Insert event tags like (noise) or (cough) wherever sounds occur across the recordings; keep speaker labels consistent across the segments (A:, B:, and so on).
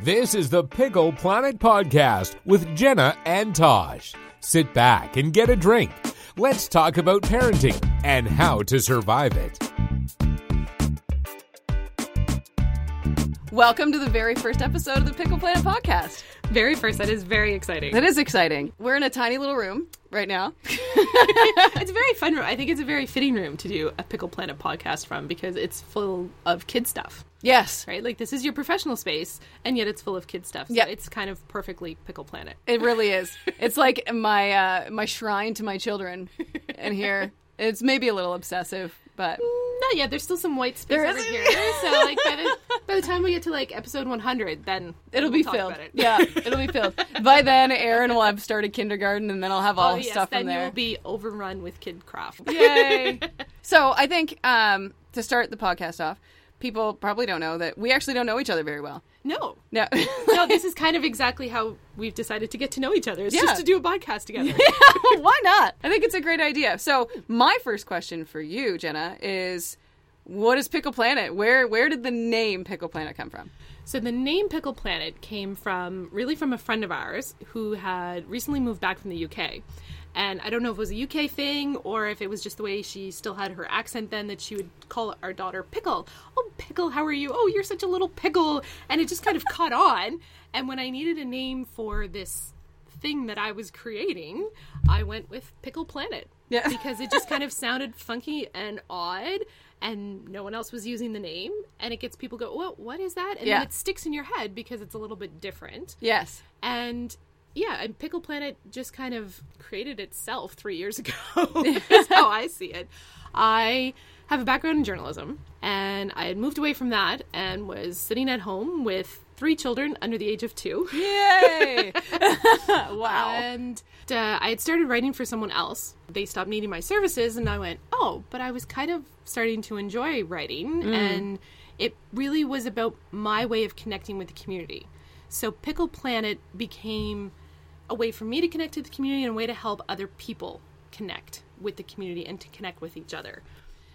A: This is the Pickle Planet Podcast with Jenna and Tosh. Sit back and get a drink. Let's talk about parenting and how to survive it.
B: Welcome to the very first episode of the Pickle Planet podcast.
C: Very first, that is very
B: (laughs)
C: exciting.
B: That is exciting. We're in a tiny little room right now.
C: it's a very fun room. I think it's a very fitting room to do a Pickle Planet podcast from because it's full of kid stuff,
B: Yes,
C: right? Like this is your professional space, and yet it's full of kid stuff. So
B: Yeah.
C: it's kind of perfectly Pickle Planet.
B: it really is. It's like my uh, my shrine to my children in here. It's maybe a little obsessive, but
C: Not yet. There's still some white space
B: There
C: over
B: is-
C: here.
B: (laughs)
C: So like by the by the time we get to like episode 100, then
B: it'll
C: we'll
B: be
C: talk
B: filled.
C: about it. (laughs)
B: Yeah, it'll be filled. By then, Aaron will have started kindergarten, and then I'll have all
C: Oh
B: his
C: yes,
B: stuff
C: then
B: in there.
C: you'll be overrun with kid craft.
B: Yay! (laughs) so I think um, to start the podcast off, people probably don't know that we actually don't know each other very well.
C: (laughs) No.
B: (laughs) No,
C: No, this is kind of exactly how we've decided to get to know each other. It's
B: Yeah.
C: just to do a podcast
B: (laughs)
C: together. (laughs)
B: why not? I think it's a great idea. So my first question for you, Jenna, is what is Pickle Planet? Where where did the name Pickle Planet come from?
C: So the name Pickle Planet came from really from a friend of ours who had recently moved back from the UK. And I don't know if it was a UK thing or if it was just the way she still had her accent then that she would call our daughter Pickle. Oh, Pickle, how are you? Oh, you're such a little pickle. And it just kind of caught on. And when I needed a name for this thing that I was creating, I went with Pickle Planet.
B: Yeah. (laughs)
C: Because it just kind of sounded funky and odd, and no one else was using the name. And it gets people go, well, what is that? And
B: Yeah.
C: then it sticks in your head because it's a little bit different.
B: Yes.
C: And yeah, and Pickle Planet just kind of created itself three years ago. (laughs) That's how I see it. I have a background in journalism, and I had moved away from that and was sitting at home with three children under the age of two. (laughs)
B: Yay! (laughs) wow.
C: And uh, I had started writing for someone else. They stopped needing my services, and I went, oh, but I was kind of starting to enjoy writing,
B: Mm.
C: and it really was about my way of connecting with the community. So Pickle Planet became a way for me to connect to the community and a way to help other people connect with the community and to connect with each other.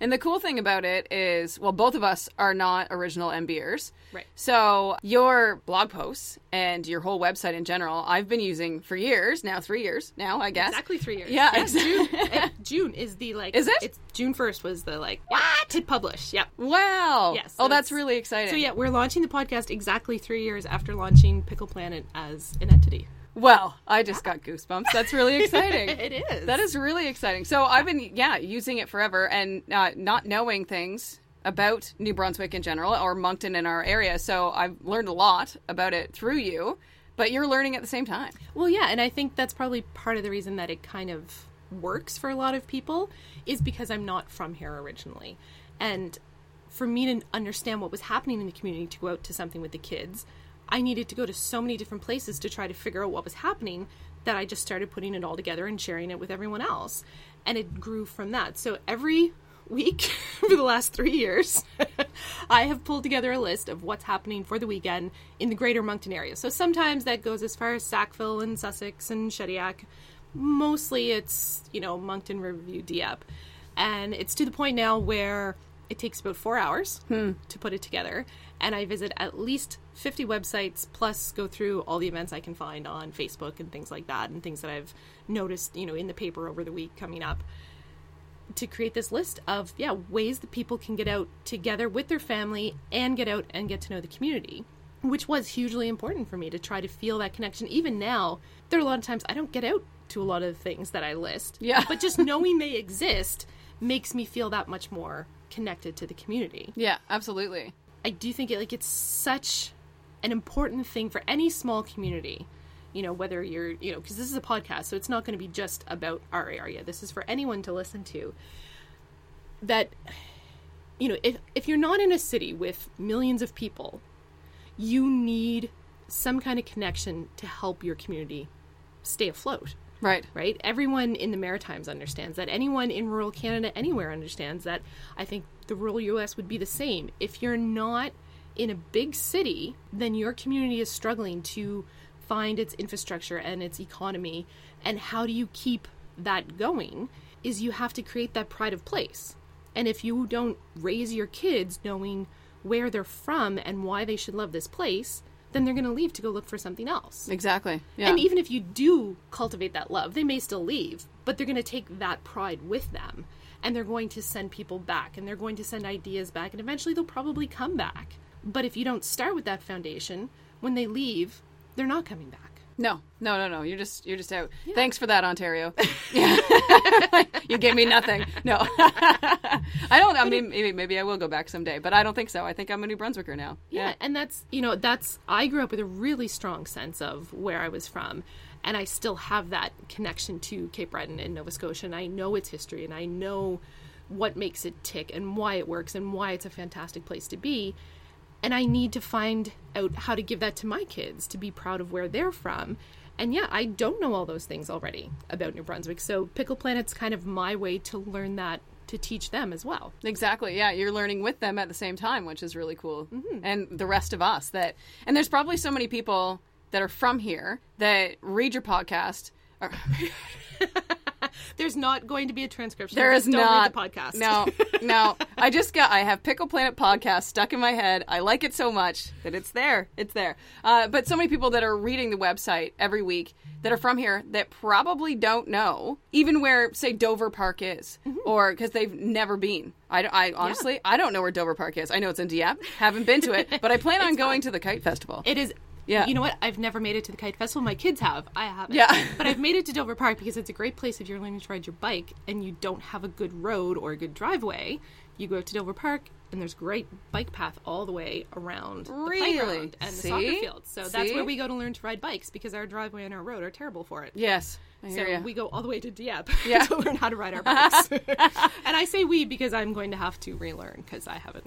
B: And the cool thing about it is, well, both of us are not original MBers.
C: Right.
B: So your blog posts and your whole website in general, I've been using for years now, three years now, I guess.
C: Exactly three years.
B: Yeah,
C: Yes,
B: exactly.
C: June, eh, June is the like.
B: Is it?
C: It's June first was the like. What? Hit publish. Yep.
B: (laughs) Wow.
C: Yes,
B: oh,
C: so
B: that's
C: it's-
B: really exciting.
C: So yeah, we're launching the podcast exactly three years after launching Pickle Planet as an entity.
B: Well, I just got goosebumps. That's
C: (laughs)
B: really exciting.
C: It is.
B: That is really exciting. So I've been, yeah, using it forever and uh, not knowing things about New Brunswick in general or Moncton in our area. So I've learned a lot about it through you, but you're learning at the same time.
C: Well, yeah, and I think that's probably part of the reason that it kind of works for a lot of people is because I'm not from here originally, and for me to understand what was happening in the community to go out to something with the kids, I needed to go to so many different places to try to figure out what was happening that I just started putting it all together and sharing it with everyone else, and it grew from that. So every week (laughs) for the last three years, (laughs) I have pulled together a list of what's happening for the weekend in the greater Moncton area. So sometimes that goes as far as Sackville and Sussex and Shediac. Mostly it's, you know, Moncton, Riverview, Dieppe. And it's to the point now where it takes about four hours to put it together. And I visit at least 50 websites, plus go through all the events I can find on Facebook and things like that, and things that I've noticed, you know, in the paper over the week coming up to create this list of yeah ways that people can get out together with their family and get out and get to know the community which was hugely important for me to try to feel that connection even now there are a lot of times i don't get out to a lot of the things that i list
B: Yeah.
C: but just knowing they exist makes me feel that much more connected to the community
B: Yeah, absolutely.
C: I do think it like it's such an important thing for any small community. You know, whether you're, you know, because this is a podcast, so it's not going to be just about our area. This is for anyone to listen to. That, you know, if if you're not in a city with millions of people, you need some kind of connection to help your community stay afloat
B: Right.
C: right? Everyone in the Maritimes understands that. Anyone in rural Canada, anywhere, understands that. I think the rural US would be the same. If you're not in a big city, then your community is struggling to find its infrastructure and its economy. And how do you keep that going? Is you have to create that pride of place. And if you don't raise your kids knowing where they're from and why they should love this place, then they're going to leave to go look for something else.
B: Exactly. Yeah.
C: And even if you do cultivate that love, they may still leave, but they're going to take that pride with them. And they're going to send people back and they're going to send ideas back. And eventually they'll probably come back. But if you don't start with that foundation, when they leave, they're not coming back.
B: no, no, no, no. You're just you're just out. Thanks for that, (laughs) Ontario. Yeah. you gave me nothing. No, (laughs) I don't. I mean, maybe, maybe I will go back someday, but I don't think so. I think I'm a New Brunswicker now.
C: yeah and that's you know that's i grew up with a really strong sense of where i was from and i still have that connection to cape breton and nova scotia and i know its history and i know what makes it tick and why it works and why it's a fantastic place to be and i need to find out how to give that to my kids to be proud of where they're from and yeah i don't know all those things already about new brunswick so pickle planet's kind of my way to learn that to teach them as well
B: Exactly. Yeah, you're learning with them at the same time, which is really cool. And the rest of us that and there's probably so many people that are from here that read your podcast. Or,
C: there's not going to be a transcription
B: there is
C: Don't
B: not
C: read the podcast (laughs)
B: No, no. I just got. I have Pickle Planet podcast stuck in my head. I like it so much that it's there. It's there. Uh, but so many people that are reading the website every week that are from here that probably don't know even where, say, Dover Park is,
C: Mm-hmm.
B: or because they've never been. I, don't- I honestly, I don't know where Dover Park is. I know it's in Dieppe. Haven't been to it, but
C: (laughs)
B: I plan on going to the kite festival.
C: It is.
B: Yeah.
C: You know what? I've never made it to the kite festival. My kids have. I haven't.
B: Yeah.
C: (laughs) but I've made it to Dover Park because it's a great place if you're learning to ride your bike and you don't have a good road or a good driveway. You go out to Dover Park and there's great bike path all the way around
B: Really?
C: the playground and the soccer
B: See?
C: fields. So that's
B: See?
C: where we go to learn to ride bikes because our driveway and our road are terrible for it.
B: yes, I
C: So
B: hear ya.
C: we go all the way to Dieppe (laughs)
B: Yeah.
C: to learn how to
B: (laughs)
C: ride our bikes. and I say we because I'm going to have to relearn because I haven't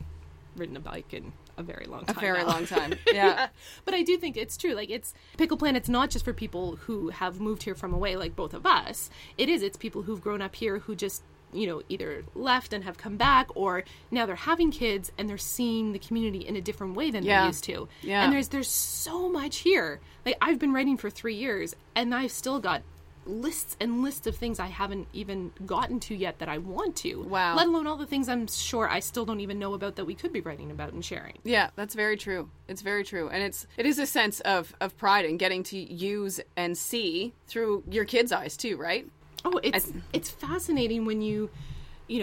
C: ridden a bike in a very long time.
B: very
C: now.
B: long time.
C: (laughs)
B: Yeah.
C: But I do think it's true. Like it's Pickle Planet's not just for people who have moved here from away, like both of us. It is. It's people who've grown up here who just you know either left and have come back, or now they're having kids and they're seeing the community in a different way than
B: Yeah.
C: they used to.
B: Yeah.
C: And there's there's so much here. Like I've been writing for three years, and I've still got lists and lists of things I haven't even gotten to yet that I want to.
B: Wow.
C: Let alone all the things I'm sure I still don't even know about that we could be writing about and sharing.
B: Yeah, that's very true. It's very true, and it's it is a sense of of pride in getting to use and see through your kids' eyes too, right?
C: Oh, it's it's fascinating when you, you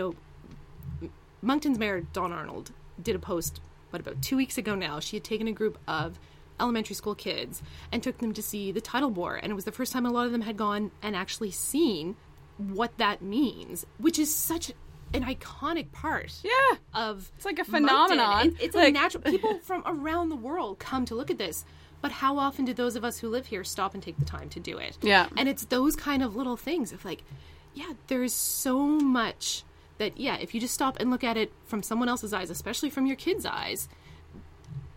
C: know, Moncton's mayor Dawn Arnold did a post what about two weeks ago now. She had taken a group of elementary school kids and took them to see the tidal bore, and it was the first time a lot of them had gone and actually seen what that means, which is such an iconic part
B: Yeah,
C: of it's
B: like a phenomenon.
C: It, it's a
B: Like-
C: natural. People from around the world come to look at this, but how often do those of us who live here stop and take the time to do it?
B: Yeah.
C: and it's those kind of little things of like, yeah, there is so much that yeah, if you just stop and look at it from someone else's eyes, especially from your kids' eyes,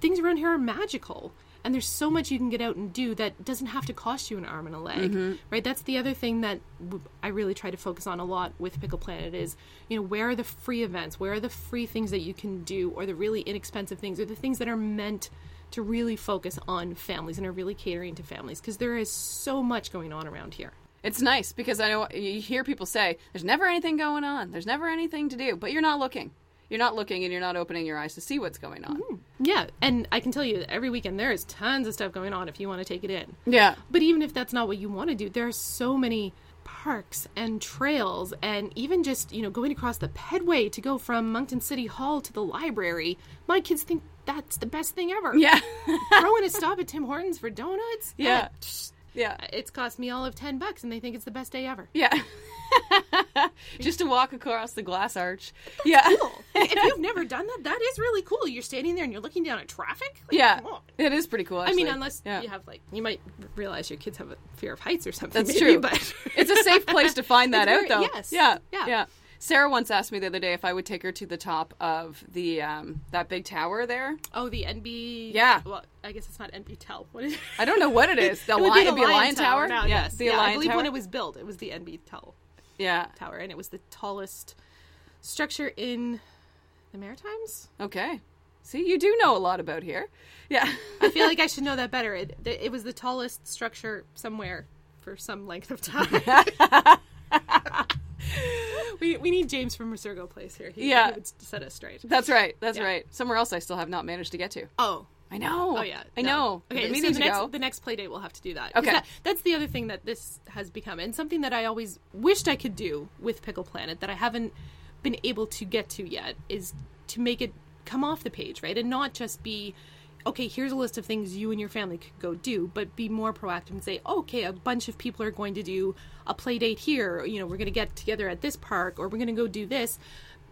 C: things around here are magical. And there's so much you can get out and do that doesn't have to cost you an arm and a leg, right? That's the other thing that w- I really try to focus on a lot with Pickle Planet is, you know, where are the free events? Where are the free things that you can do, or the really inexpensive things, or the things that are meant to really focus on families and are really catering to families? Because there is so much going on around here.
B: it's nice because I know you hear people say there's never anything going on, there's never anything to do, but you're not looking, you're not looking, and you're not opening your eyes to see what's going on.
C: Mm-hmm. Yeah, and I can tell you that every weekend there is tons of stuff going on if you want to take it in.
B: Yeah,
C: But even if that's not what you want to do, there are so many parks and trails and even just, you know, going across the pedway to go from Moncton City Hall to the library. My kids think that's the best thing ever. (laughs)
B: yeah, (laughs)
C: Throwing a stop at Tim Hortons for donuts?
B: Yeah.
C: Psh,
B: yeah,
C: It's cost me all of 10 bucks and they think it's the best day ever. (laughs)
B: yeah. (laughs) Just to walk across the glass arch. yeah.
C: if you've never done that, that is really cool. You're standing there and you're looking down at traffic? Like,
B: Yeah,
C: come on.
B: it is pretty cool.
C: I mean,
B: actually.
C: unless
B: Yeah.
C: you have like, you might realize your kids have a fear of heights or something.
B: That's
C: maybe,
B: true. (laughs)
C: But
B: it's a safe place to find that out,
C: It's very-
B: though.
C: yes.
B: Yeah.
C: Yeah.
B: Yeah. Sarah once asked me the other day if I would take her to the top of the um, that big tower there.
C: Oh, the NB.
B: Yeah.
C: Well, I guess it's not NB Tel. What is it?
B: I don't know
C: (laughs)
B: what it is. The
C: It would
B: lion,
C: be
B: it'd
C: the
B: be a lion tower.
C: now,
B: Yeah,
C: yes.
B: the
C: yeah,
B: lion
C: I believe
B: tower.
C: when it was built, it was the NB Tel
B: yeah.
C: Tower, and it was the tallest structure in the Maritimes.
B: Okay. See, you do know a lot about here. Yeah. (laughs)
C: I feel like I should know that better. It, th- it was the tallest structure somewhere for some length
B: (laughs)
C: of time. (laughs) we, we need James from Resurgo Place here. He,
B: Yeah.
C: he would set us straight.
B: That's right. That's right. Somewhere else I still have not managed to get to.
C: Oh,
B: I know.
C: Oh yeah,
B: I
C: no.
B: know. the
C: Okay, so
B: meetings
C: the next
B: ago.
C: the next play date we'll have to do that. 'Cause
B: Okay.
C: that- that's the other thing that this has become, and something that I always wished I could do with Pickle Planet that I haven't been able to get to yet is to make it come off the page, right, and not just be. Okay, here's a list of things you and your family could go do, but be more proactive and say, okay, a bunch of people are going to do a play date here. Or, you know, we're going to get together at this park, or we're going to go do this,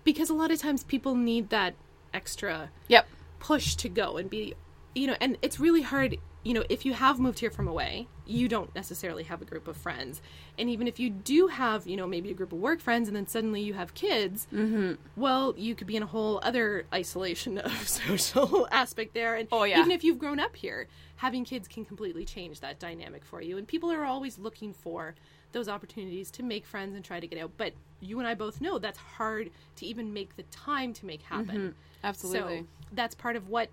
C: because a lot of times people need that extra
B: yep.
C: push to go and be you know and it's really hard you know if you have moved here from away you don't necessarily have a group of friends and even if you do have you know maybe a group of work friends and then suddenly you have kids mm-hmm. well you could be in a whole other isolation (laughs) of social aspect there and
B: Oh, yeah.
C: even if you've grown up here having kids can completely change that dynamic for you and people are always looking for those opportunities to make friends and try to get out but you and i both know that's hard to even make the time to make happen
B: Mm-hmm. Absolutely.
C: so that's part of what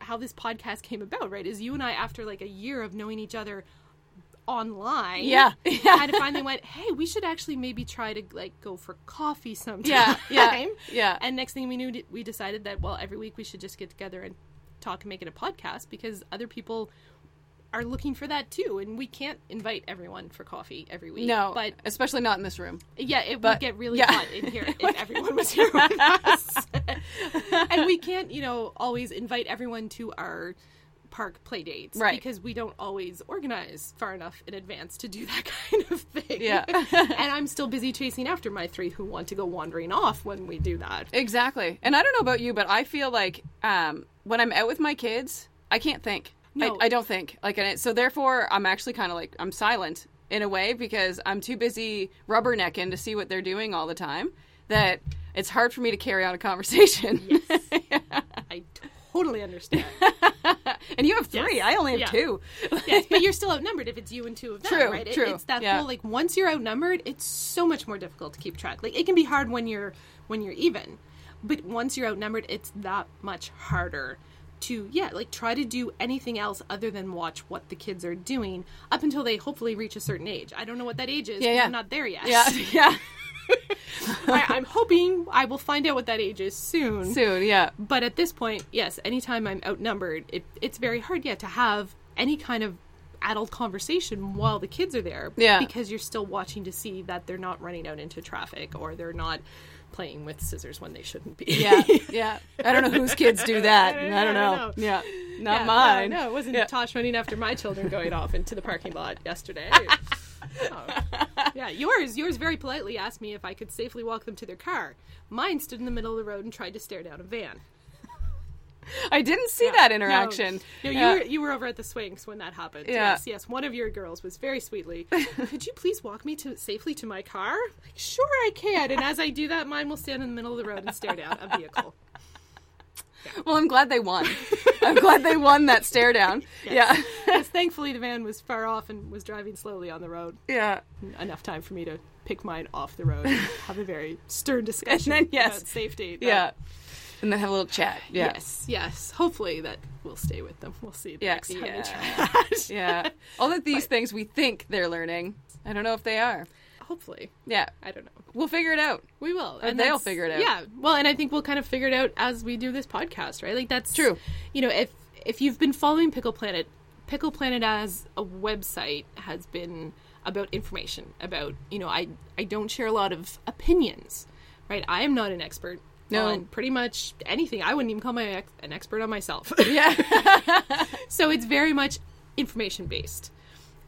C: how this podcast (laughs) came about, right? Is you and I after like a year of knowing each other online,
B: Yeah. (laughs)
C: kind of finally went, hey, we should actually maybe try to like go for coffee sometime.
B: Yeah,
C: (laughs)
B: yeah, yeah.
C: And next thing we knew, we decided that well, every week we should just get together and talk and make it a podcast because other people are looking for that too, and we can't invite everyone for coffee every week.
B: No,
C: but
B: especially not in this room.
C: yeah, it
B: But-
C: would get really
B: yeah.
C: hot in (laughs) here if everyone was here (laughs) with us. and we can't, you know, always invite everyone to our park play dates
B: Right.
C: because we don't always organize far enough in advance to do that (laughs) kind of thing.
B: Yeah.
C: (laughs) and I'm still busy chasing after my three who want to go wandering off when we do that. (laughs)
B: Exactly. And I don't know about you, but I feel like um, when I'm out with my kids, I can't think.
C: No.
B: I, I don't think. Like, and it, so therefore, I'm actually kind of like I'm silent in a way because I'm too busy rubbernecking to see what they're doing all the time that it's hard for me to carry on a conversation.
C: I totally understand.
B: (laughs) and you have three.
C: Yes.
B: I only have
C: Yeah.
B: two. (laughs)
C: yes, but you're still outnumbered if it's you and two of them,
B: True,
C: right? It-
B: true.
C: It's that
B: Yeah.
C: whole like once you're outnumbered, it's so much more difficult to keep track. Like it can be hard when you're when you're even, but once you're outnumbered, it's that much harder to yeah, like try to do anything else other than watch what the kids are doing up until they hopefully reach a certain age. I don't know what that age is.
B: Yeah,
C: 'cause
B: yeah.
C: I'm not there yet.
B: Yeah. (laughs) Yeah.
C: (laughs) I, I'm hoping I will find out what that age is
B: (laughs)
C: soon.
B: Soon. Yeah.
C: But at this point, yes, anytime I'm outnumbered, it, it's very hard yet to have any kind of adult conversation while the kids are there.
B: Yeah.
C: Because you're still watching to see that they're not running out into traffic or they're not playing with scissors when they shouldn't be. (laughs)
B: Yeah. (laughs) Yeah. I don't know whose kids do that. I don't know.
C: I don't know.
B: Yeah. Not
C: Yeah,
B: mine.
C: No, no, it wasn't
B: Yeah.
C: Tosh running after my children going off into the parking lot
B: (laughs)
C: yesterday. Oh. Yeah, yours, yours very politely asked me if I could safely walk them to their car. Mine stood in the middle of the road and tried to stare down a van.
B: I didn't see
C: Yeah.
B: that interaction.
C: No, no
B: Yeah.
C: you, were, you were over at the swings when that happened.
B: Yeah.
C: Yes, yes. One of your girls was
B: (laughs)
C: very sweetly, could you please walk me to safely to my car? Like, sure, I can. And as I do that, mine will stand in the middle of the road and stare down
B: (laughs)
C: a vehicle.
B: Well, I'm glad they won. I'm glad they won that stare
C: (laughs)
B: down. Yeah.
C: Because thankfully, the van was far off and was driving slowly on the road.
B: Yeah.
C: Enough time for me to pick mine off the road and have a very
B: (laughs)
C: stern discussion
B: then, yes.
C: about safety. But
B: Yeah. And then have a little chat. Yeah.
C: Yes, yes. Hopefully that will stay with them. We'll see the
B: Yeah,
C: next time they
B: yeah.
C: try
B: (laughs)
C: that. (laughs)
B: Yeah. All of these things we think they're learning. I don't know if they are.
C: Hopefully.
B: Yeah.
C: I don't know.
B: We'll figure it out.
C: We will.
B: they'll
C: that's-
B: figure it out.
C: Yeah. Well, and I think we'll kind of figure it out as we do this podcast, right? Like that's
B: True.
C: You know, if if you've been following Pickle Planet, Pickle Planet as a website has been about information, about, you know, I I don't share a lot of opinions, right? I am not an expert
B: No.
C: on pretty much anything. I wouldn't even call my ex- an expert
B: (laughs)
C: on myself.
B: Yeah.
C: So it's very much information based.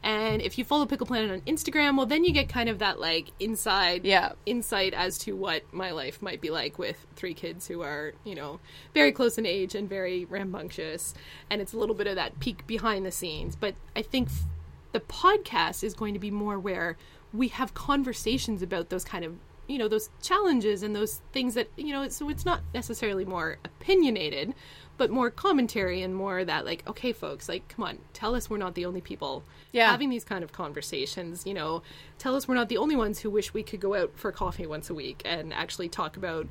C: And if you follow Pickle Planet on Instagram, well, then you get kind of that like inside
B: Yeah.
C: insight as to what my life might be like with three kids who are, you know, very close in age and very rambunctious. And it's a little bit of that peek behind the scenes. But I think f- the podcast is going to be more where we have conversations about those kind of, you know, those challenges and those things that, you know, so it's not necessarily more opinionated, but more commentary and more that, like, okay, folks, like, come on, tell us we're not the only people
B: Yeah.
C: having these kind of conversations you know tell us we're not the only ones who wish we could go out for coffee once a week and actually talk about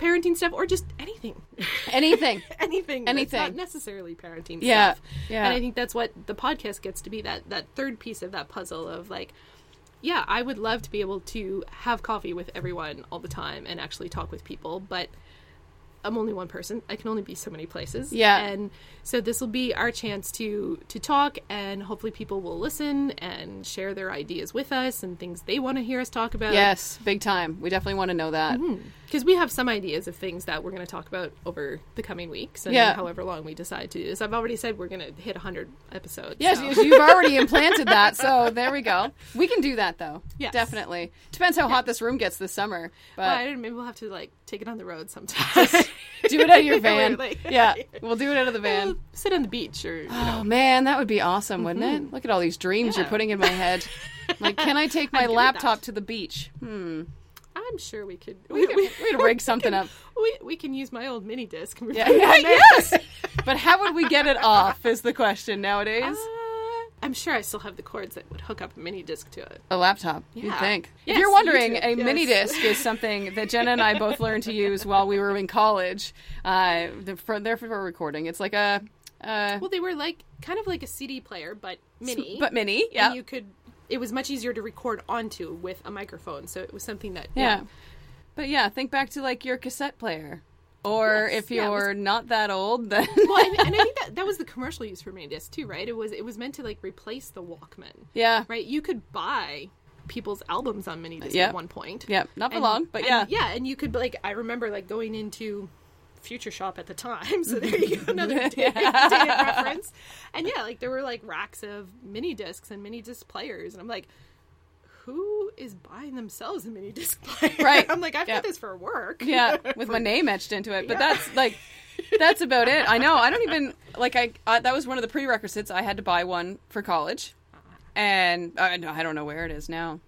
C: parenting stuff or just anything (laughs)
B: Anything.
C: anything that's
B: Anything.
C: not necessarily parenting
B: Yeah,
C: stuff
B: yeah.
C: and i think that's what the podcast gets to be that that third piece of that puzzle of like yeah i would love to be able to have coffee with everyone all the time and actually talk with people but I'm only one person. I can only be so many places.
B: Yeah.
C: And so this will be our chance to to talk and hopefully people will listen and share their ideas with us and things they want to hear us talk about.
B: Yes, big time. We definitely want to know that.
C: Because we have some ideas of things that we're going to talk about over the coming weeks and
B: Yeah.
C: however long we decide to do this. I've already said we're going to hit 100 episodes.
B: Yes,
C: so-
B: you- you've already implanted that, so there we go. We can do that though.
C: Yes.
B: definitely. Depends how hot this room gets this summer,
C: Well,
B: but
C: I don't, maybe we'll have to like take it on the road sometime. (laughs)
B: do it out of your van.
C: Literally. (laughs)
B: Yeah, we'll do it out of the van.
C: Sit on the beach or
B: (gasps)
C: you know,
B: Oh man, that would be awesome, wouldn't it? Look at all these dreams you're
C: Mm-hmm. Yeah.
B: putting in my
C: (laughs)
B: head. like, can I take my
C: I'd do that. Hmm.
B: laptop to the beach?
C: I'm sure we could.
B: We could,
C: (laughs)
B: we could rig something up.
C: We, we can use my old mini disc.
B: (laughs)
C: and (laughs)
B: Yeah,
C: record
B: yeah,
C: on it.
B: yes. (laughs) But how would we get it off? Is the question nowadays. (laughs)
C: Uh, I'm sure I still have the cords that would hook up a mini disc to it.
B: A laptop, you'd
C: Yeah.
B: think. if
C: Yes,
B: you're wondering,
C: YouTube,
B: a
C: yes.
B: mini disc
C: (laughs)
B: is something that Jenna and I both learned to use while we were in college. Uh, the- for, there for recording. It's like a, uh,
C: Well, they were like kind of like a CD player, but mini.
B: but mini.
C: And
B: Yeah,
C: you could. It was much easier to record onto with a microphone, so it was something that
B: yeah. But yeah, think back to like your cassette player, or
C: Yes,
B: if
C: yeah, it was-
B: you're not that old, (laughs) then
C: Well, and, and I think that, that was the commercial use for mini disc too, right? It was it was meant to like replace the Walkman.
B: yeah,
C: Right? You could buy people's albums on mini disc
B: Yeah.
C: at one point.
B: yeah, not for
C: And-
B: long, but
C: and-
B: yeah,
C: yeah, and you could like I remember like going into Future Shop at the time, so there you go, another
B: (laughs)
C: day, day of reference. And yeah, like there were like racks of mini discs and mini disc players, and I'm like, who is buying themselves a mini disc player?
B: Right.
C: (laughs) I'm like, I've
B: Yeah.
C: got this for work.
B: yeah,
C: (laughs)
B: with my name etched into it. But that's like, that's about it. I know. I don't
C: (laughs)
B: even like. I uh, that was one of the prerequisites. I had to buy one for college, and uh, no, I don't know where it is now.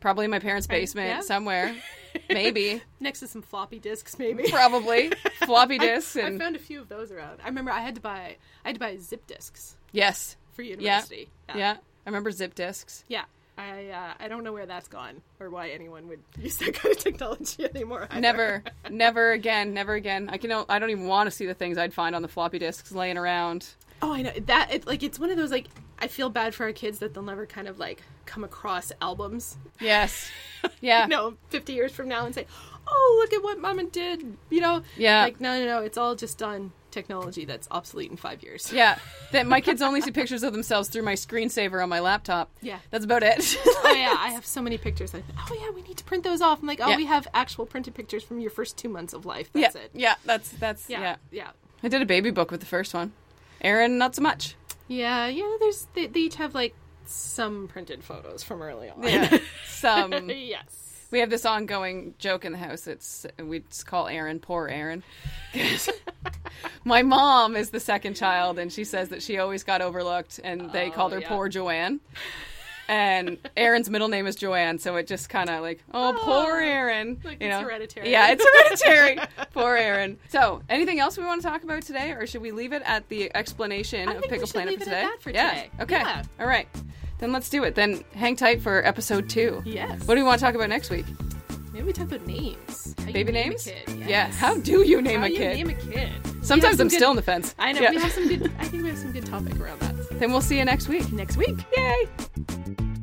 B: Probably in my parents' basement
C: yeah.
B: somewhere.
C: (laughs)
B: Maybe,
C: Next to some floppy discs, maybe.
B: probably floppy
C: (laughs) I,
B: discs
C: I
B: and
C: found a few of those around. I remember I had to buy I had to buy zip discs
B: yes,
C: for
B: yeah,
C: university.
B: yeah, I remember zip discs.
C: Yeah. I uh, I don't know where that's gone or why anyone would (laughs) use that kind of technology (laughs) anymore. either.
B: Never, never again, never again. I can. o- I don't even want to see the things I'd find on the floppy disks laying around.
C: Oh, I know that. It, like it's one of those like I feel bad for our kids that they'll never kind of like come across albums. (laughs)
B: Yes, yeah.
C: You know, fifty years from now and say, "Oh, look at what Mama did." You know.
B: Yeah.
C: Like no, no, no. It's all just on technology that's obsolete in five years.
B: Yeah, that my kids only see pictures of themselves through my screensaver on my laptop.
C: Yeah.
B: that's about it.
C: Oh yeah, I have so many pictures. Like, oh yeah, we need to print those off. I'm like, oh,
B: Yeah.
C: we have actual printed pictures from your first two months of life.
B: (laughs) yeah,
C: That's it.
B: yeah, that's that's yeah.
C: yeah, yeah,
B: I did a baby book with the first one. Aaron, not so much.
C: yeah. yeah, There's they, they each have like some printed photos from early on.
B: Some
C: (laughs) yes.
B: we have this ongoing joke in the house. It's we just call Aaron poor Aaron. (laughs) 'Cause my mom is the second child, and she says that she always got overlooked, and they
C: Oh,
B: called her
C: yeah.
B: poor Joanne. And Aaron's middle name is Joanne, so it just kind of like, oh, poor Aaron.
C: Like,
B: you
C: it's
B: know?
C: hereditary.
B: Yeah, it's
C: (laughs)
B: hereditary. poor Aaron. So, anything else we want to talk about today, or should we leave it at the explanation
C: I
B: of
C: think we
B: Pickle
C: should
B: Planet
C: leave
B: for
C: it at
B: today?
C: that for
B: yeah.
C: today.
B: Okay.
C: Yeah.
B: All right. Then let's do it. Then hang tight for episode two.
C: Yes.
B: What do we want to talk about next week?
C: Maybe we talk about names. How you
B: Baby
C: name a
B: names?
C: kid, yes.
B: Yeah. How do you name
C: How
B: a
C: you
B: kid?
C: name a kid? We have
B: Sometimes
C: some
B: I'm
C: good-
B: still on the fence.
C: I know
B: Yeah.
C: we have some good. I think we have some good topic around that
B: then we'll see you next week.
C: next week.
B: Yay.